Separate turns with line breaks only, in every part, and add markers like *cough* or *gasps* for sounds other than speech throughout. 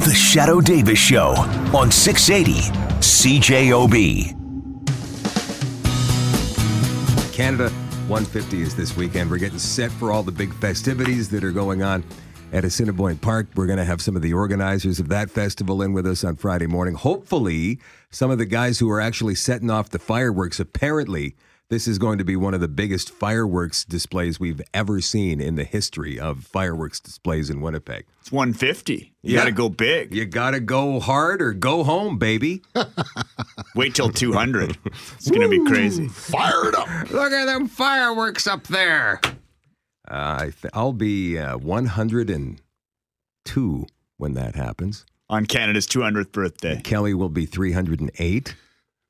The Shadow Davis Show on 680 CJOB.
Canada 150 is this weekend. We're getting set for all the big festivities that are going on at Assiniboine Park. We're going to have some of the organizers of that festival in with us on Friday morning. Hopefully, some of the guys who are actually setting off the fireworks. Apparently, this is going to be one of the biggest fireworks displays we've ever seen in the history of fireworks displays in Winnipeg.
It's 150. You
Yeah.
got to go big.
You got to go hard or go home, baby.
Wait till 200. It's going to be crazy.
Fire it up.
Look at them fireworks up there. Uh, I th- I'll be uh, 102 when that happens.
On Canada's 200th birthday.
Kelly will be 308.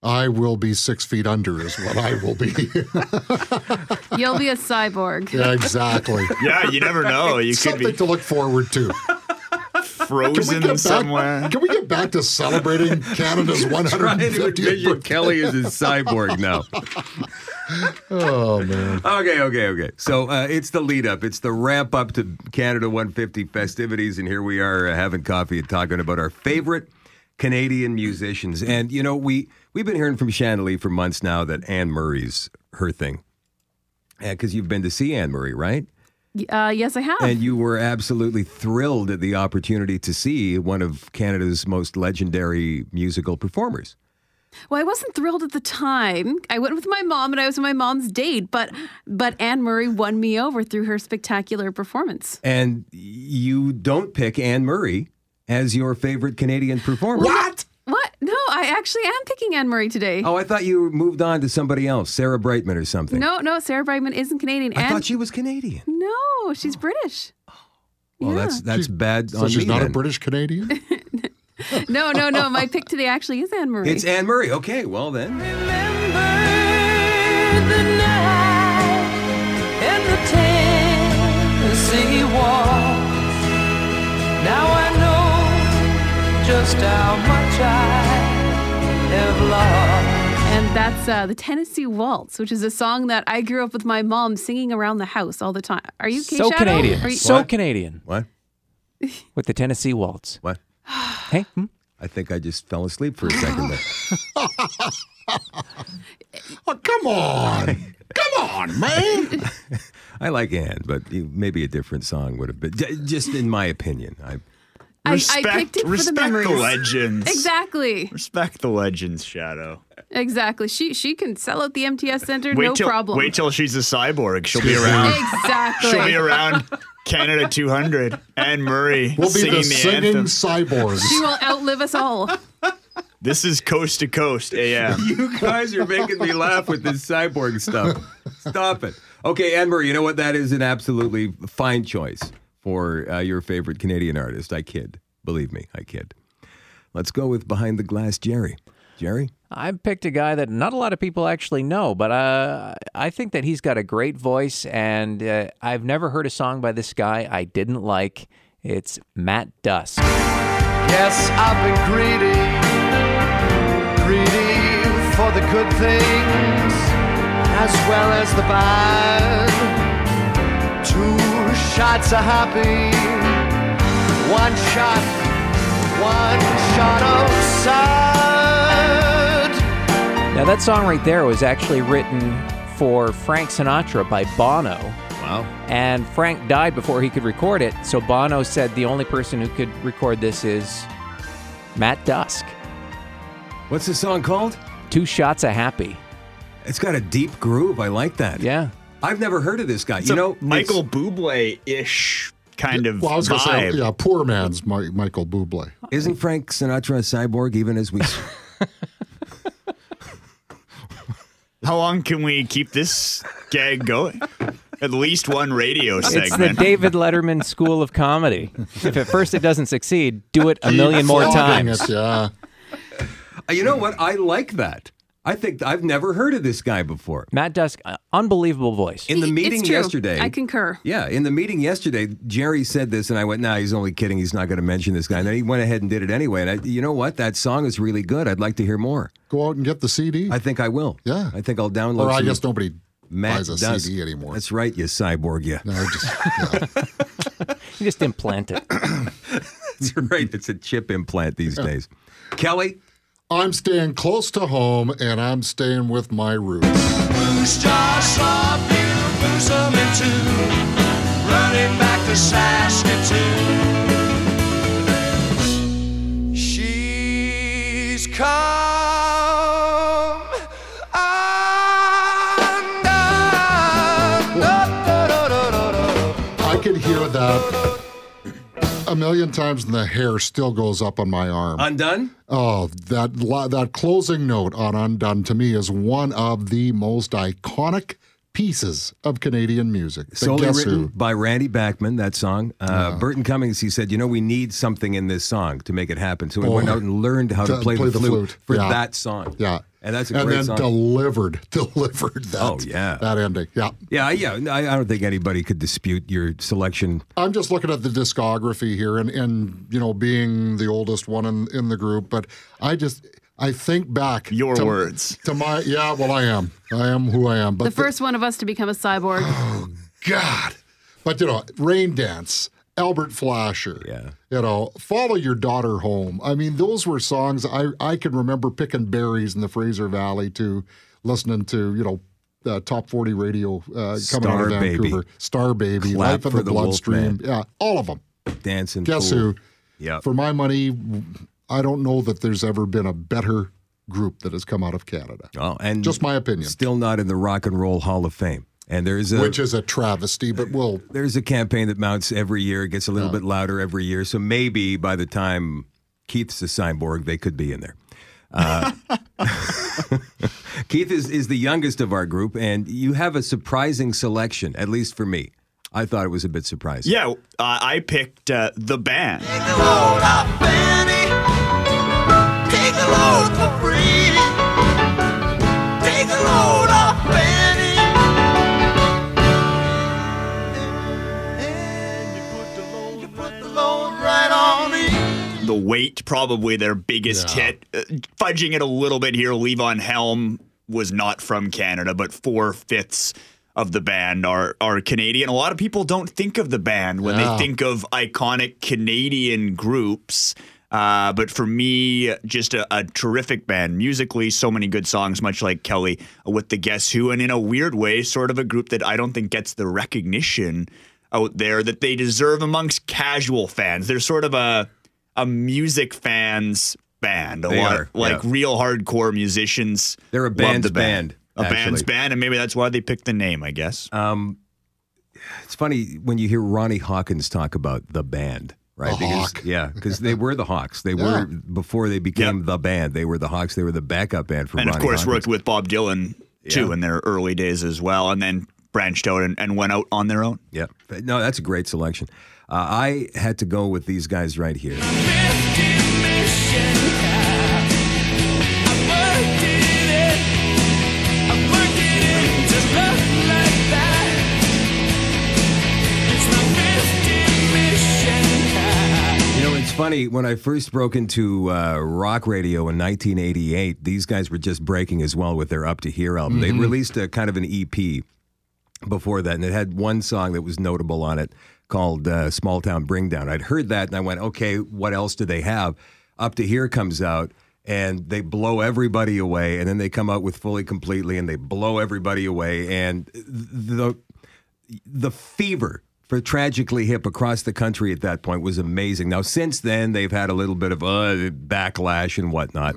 I will be six feet under, is what I will be. *laughs*
You'll be a cyborg.
*laughs*
yeah, exactly.
Yeah, you never know. You could
Something
be
to look forward to.
frozen somewhere.
Can we get back to
*laughs*
celebrating
*laughs*
Canada's 150th birthday?
Kelly is a cyborg now.
Oh, man.
Okay, okay, okay. So uh, it's the lead up. It's the ramp up to Canada 150 festivities, and here we are uh, having coffee and talking about our favorite Canadian musicians. And you know, we we've been hearing from Chandelier for months now that Anne Murray's her thing, because you've been to see Anne Murray, right?
Uh, yes, I have.
And you were absolutely thrilled at the opportunity to see one of Canada's most legendary musical performers.
Well, I wasn't thrilled at the time. I went with my mom, and I was on my mom's date. But but Anne Murray won me over through her spectacular performance.
And you don't pick Anne Murray as your favorite Canadian performer.
What?
What? No, I actually am picking Anne Murray today.
Oh, I thought you moved on to somebody else, Sarah Brightman or something.
No, no, Sarah Brightman isn't Canadian.
I
Anne-
thought she was Canadian.
no, she's British.
Well, that's that's bad
So
on
Oh, she's
me
not a
then.
British Canadian?
No, no, no. My pick today actually is Anne Murray.
It's Anne Murray. Okay, well then.
and that's uh, the Tennessee Waltz, which is a song that I grew up with my mom singing around the house all the time. Are you Kay
so
Shadow?
Canadian.
Are you-
so
What?
Canadian
What?
with the Tennessee Waltz.
What?
Hey, hmm?
I think I just fell asleep for a second
*gasps*
there.
Oh, come on. Come
*laughs*
on, man.
I like Anne, but you- maybe a different song would have been j- just in my opinion. I
I,
Respect,
I picked it for the
respect
memories.
legends.
Exactly.
Respect the legends, Shadow.
Exactly. She she can sell out the MTS Center,
Wait
no
till
problem.
wait till she's a cyborg. She'll be
*laughs*
around.
exactly.
She'll be around Canada 200. Anne Murray
We'll be
singing
the
the,
singing
anthem.
cyborgs.
She will outlive us all.
This is coast to coast AM.
You guys are making me laugh with this cyborg stuff. Stop it. Okay, Anne Murray, you know what? That is an absolutely fine choice for uh, your favorite Canadian artist. I kid. Believe me, I kid. Let's go with Behind the Glass Jerry. Jerry?
I picked a guy that not a lot of people actually know, but uh, I think that he's got a great voice, and uh, I've never heard a song by this guy I didn't like. It's Matt Dusk.
Yes, I've been greedy, greedy for the good things as well as the bad. Two shots of happy, one shot, one shot of sad.
Now, that song right there was actually written for Frank Sinatra by Bono.
Wow.
And Frank died before he could record it, so Bono said the only person who could record this is Matt Dusk.
What's the song called?
Two shots of happy.
It's got a deep groove. I like that.
Yeah.
I've never heard of this guy.
It's
you
a
know,
Michael Bublé ish kind of
well, I was going to
vibe.
say, yeah, poor man's Mi- Michael Bublé.
it's- isn't Frank Sinatra a cyborg even as
*laughs*
we.
How long can we keep this gag going? At least one radio
It's the
segment.
David Letterman School of Comedy. If at first it doesn't succeed, do it a million more
Flogging
times.
it, yeah.
Uh, you know what? I like that. I think I've never heard of this guy before.
Matt Dusk, uh, unbelievable voice.
In the
It's
meeting
true.
yesterday,
I concur.
Yeah, in the meeting yesterday, Jerry said this, and I went, "Nah, he's only kidding. He's not going to mention this guy." And then he went ahead and did it anyway. And I, you know what? That song is really good. I'd like to hear more.
Go out and get the CD.
I think I will.
Yeah.
I think I'll download.
or I
some
guess nobody
Matt
buys a
Dusk.
CD anymore.
That's right, you cyborg. Yeah.
No, I just- yeah.
You just implant it.
*laughs* That's right. It's a chip implant these days. Kelly,
I'm staying close to home and I'm staying with my roots.
She's come
I could hear that a million times, and the hair still goes up on my arm.
undone.
oh, that la- that closing note on "Undone" to me is one of the most iconic pieces of Canadian music. The
solely
Guess
written
Who.
by Randy Backman, that song. Uh, Burton Cummings, he said, you know, we need something in this song to make it happen. So we went
Boy.
out and learned how to, play, the, flute, for
yeah.
that song.
Yeah,
And that's a
and
great
then
song.
delivered, *laughs* delivered that.
Oh, yeah.
that ending. Yeah,
yeah, yeah. I, I don't think anybody could dispute your selection.
I'm just looking at the discography here, and and you know, being the oldest one in in the group, but I just I think back
Your
to-
words.
to my yeah. Well, I am. I am who I am. But
The first one of us to become a cyborg.
God. But you know, Rain Dance, Albert Flasher.
Yeah.
You know, Follow Your Daughter Home. I mean, those were songs I I can remember picking berries in the Fraser Valley to listening to you know. Uh, top 40 radio uh, coming out
Star
of
Baby.
Vancouver. Star Baby,
Clap
Life in
for
the,
the
Bloodstream.
Wolfman.
Yeah, all of them.
Dancing
Guess
Fool.
who?
Yeah.
For my money, I don't know that there's ever been a better group that has come out of Canada.
Oh, and
Just my opinion,
Still not in the Rock and Roll Hall of Fame. And there's a
which is a travesty, but we'll
there's a campaign that mounts every year. It gets a little bit louder every year. So maybe by the time Keith's a cyborg, they could be in there. Uh, *laughs* Keith is, is the youngest of our group, and you have a surprising selection, at least for me. I thought it was a bit surprising.
Yeah, uh, I picked uh, the band. The weight, probably their biggest hit. Uh, fudging it a little bit here, Levon Helm was not from Canada, but four fifths of the band are are Canadian. A lot of people don't think of the band when
Yeah.
they think of iconic Canadian groups. Uh, but for me, just a, a terrific band musically. So many good songs, much like Kelly with the Guess Who, and in a weird way, sort of a group that I don't think gets the recognition out there that they deserve amongst casual fans. They're sort of a a music fans band. A
They
lot
are,
like
yeah.
real hardcore musicians.
They're a
love
band's
the band.
band,
a band's
actually. Ah,
band, and maybe that's why they picked the name. I guess.
It's funny when you hear Ronnie Hawkins talk about the band, right?
The
because
Hawk.
yeah, because they were the Hawks. They were before they became the band. They were the Hawks. They were the backup band for
and
Ronnie
of course
Hawkins.
worked with Bob Dylan too
Yeah.
in their early days as well, and then branched out and, and went out on their own.
Yeah. No, that's a great selection. Uh, I had to go with these guys right here. You know, it's funny. When I first broke into uh, rock radio in 1988, these guys were just breaking as well with their Up to Here album. They released a kind of an EP before that, and it had one song that was notable on it called uh, Small Town Bring Down. I'd heard that and I went, okay, what else do they have? Up to Here comes out and they blow everybody away, and then they come out with Fully Completely and they blow everybody away. And th- the the fever for Tragically Hip across the country at that point was amazing. Now, since then, they've had a little bit of uh, backlash and whatnot.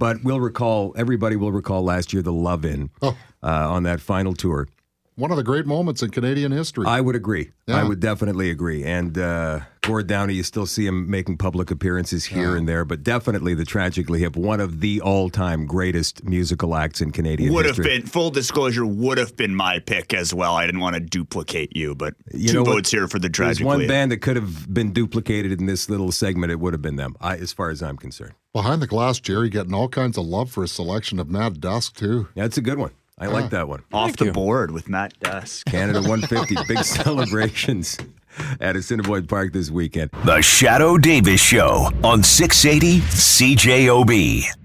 But we'll recall, everybody will recall last year the Love In
Oh.
uh, on that final tour.
one of the great moments in Canadian history.
I would agree. I
Yeah.
would definitely agree. And uh, Gord Downey, you still see him making public appearances here and there, but definitely the Tragically Hip, one of the all time greatest musical acts in Canadian
Would have
history.
been full disclosure. Would have been my pick as well. I didn't want to duplicate you, but
You know
two
what?
votes here for the
There's
tragically.
one band that could have been duplicated in this little segment. It would have been them, I, as far as I'm concerned.
Behind the glass, Jerry getting all kinds of love for his selection of Mad Dusk too.
That's a good one. I like that one.
off the board with Matt Dusk.
Canada 150, big celebrations at Assiniboine Park this weekend.
The Shadow Davis Show on 680 CJOB.